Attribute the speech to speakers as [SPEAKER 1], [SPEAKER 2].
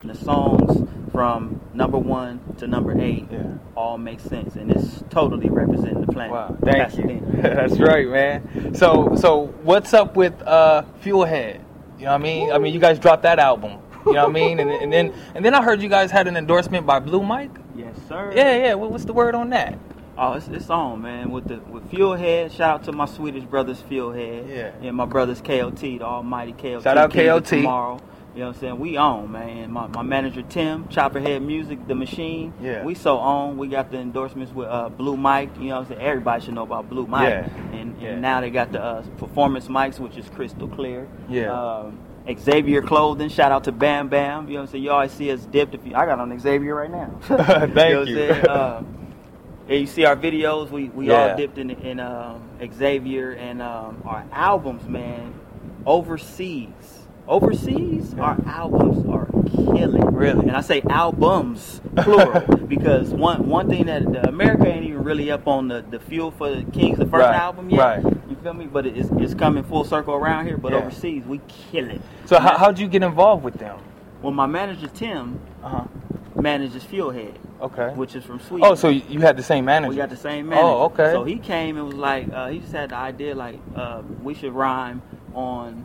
[SPEAKER 1] the songs from number one to number eight all make sense and it's totally representing the planet.
[SPEAKER 2] Wow, thank you.
[SPEAKER 1] Pasadena.
[SPEAKER 2] That's right, man. So, so what's up with uh, Fuelhead? You know what I mean? I mean, you guys dropped that album. You know what I mean? And, and then, and then I heard you guys had an endorsement by Blue Mike.
[SPEAKER 1] Yes, sir.
[SPEAKER 2] Yeah, yeah. What, what's the word on that?
[SPEAKER 1] Oh, it's, it's on, man. With the with Fuelhead, shout out to my Swedish brothers Fuelhead.
[SPEAKER 2] Yeah.
[SPEAKER 1] And my brothers KLT, the almighty KLT.
[SPEAKER 2] Shout out
[SPEAKER 1] King of
[SPEAKER 2] KLT.
[SPEAKER 1] Tomorrow. You know what I'm saying? We on, man. My, my manager Tim, Chopperhead Music, The Machine.
[SPEAKER 2] Yeah.
[SPEAKER 1] We so on. We got the endorsements with uh, Blue Mike. You know what I'm saying? Everybody should know about Blue Mike.
[SPEAKER 2] Yeah.
[SPEAKER 1] And, and
[SPEAKER 2] Yeah.
[SPEAKER 1] now they got the uh, performance mics, which is crystal clear.
[SPEAKER 2] Yeah.
[SPEAKER 1] Um, Xavier Clothing, shout out to Bam Bam. You know what I'm saying? You always see us dipped. If you, I got on Xavier right now.
[SPEAKER 2] Thank
[SPEAKER 1] what I'm
[SPEAKER 2] you.
[SPEAKER 1] saying? Uh, and you see our videos. We we
[SPEAKER 2] Yeah.
[SPEAKER 1] all dipped in in um, Xavier and um, our albums, man. Overseas, overseas, our albums are killing.
[SPEAKER 2] Really?
[SPEAKER 1] and I say albums plural because one one thing that the America ain't even really up on the, the fuel for the Kings, the first
[SPEAKER 2] Right,
[SPEAKER 1] album yet.
[SPEAKER 2] right.
[SPEAKER 1] You feel me? But it's it's coming full circle around here. But
[SPEAKER 2] Yeah.
[SPEAKER 1] overseas, we kill it.
[SPEAKER 2] So, how, how'd you get involved with them?
[SPEAKER 1] Well, my manager Tim
[SPEAKER 2] Uh huh.
[SPEAKER 1] manages Fuelhead,
[SPEAKER 2] Okay.
[SPEAKER 1] which is from Sweden.
[SPEAKER 2] Oh, so you you had the same manager?
[SPEAKER 1] We got the same manager.
[SPEAKER 2] Oh, okay.
[SPEAKER 1] So he came and was like, uh, he just had the idea like uh, we should rhyme on